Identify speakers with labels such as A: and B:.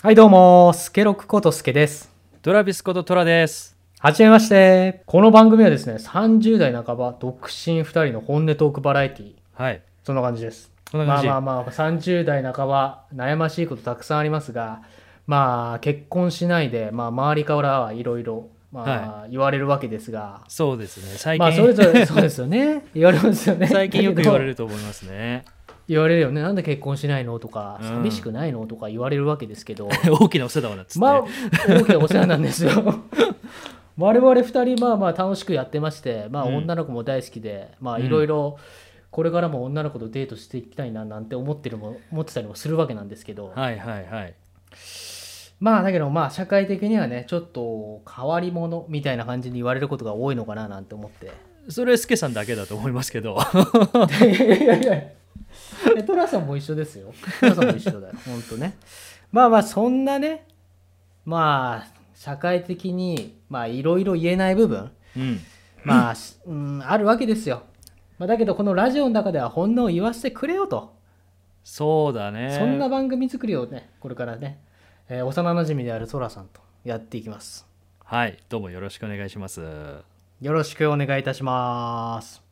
A: はいどうも、スケロクことスケです。
B: トラビスことトラです。
A: はじめまして。この番組はですね、30代半ば、独身2人の本音トークバラエティー、
B: はい。
A: そんな感じです。
B: こんな感じ。
A: まあまあまあ、30代半ば、悩ましいことたくさんありますが、まあ、結婚しないで、まあ、周りからはいろいろ、まあ、言われるわけですが、
B: そうですね。最近、
A: まあ、それぞれ、そうですよね。言われますよね。
B: 最近よく言われ
A: る。
B: ると思いますね。
A: 言われるよね。なんで結婚しないのとか、
B: うん
A: 寂しくないのとか言われるわけですけど、
B: 大きなお世話だっつって。
A: まあ、大きなお世話なんです よ。我々2人、まあまあ楽しくやってまして、まあ
B: うん
A: 女の子も大好きで、まあ
B: うん
A: いろいろ、これからも女の子とデートしていきたいななんて思ってるも、思ってたりもするわけなんですけど、
B: はいはいはい。
A: まあだけどまあ社会的にはね、ちょっと変わり者みたいな感じに言われることが多いのかななんて思って。
B: それ、スケさんだけだと思いますけど。
A: いやいやいや えトラさんも一緒ですよ。トラさんも一緒 だよ。本当ね。まあまあそんなね、まあ社会的にまあいろいろ言えない部分、
B: うん。
A: まあ、しうん、あるわけですよ。まあ、だけどこのラジオの中では本音を言わせてくれよと、
B: そうだね。
A: そんな番組作りをねこれからね、えー幼なじみであるトラさんとやっていきます。
B: はい。どうもよろしくお願いします。
A: よろしくお願いいたします。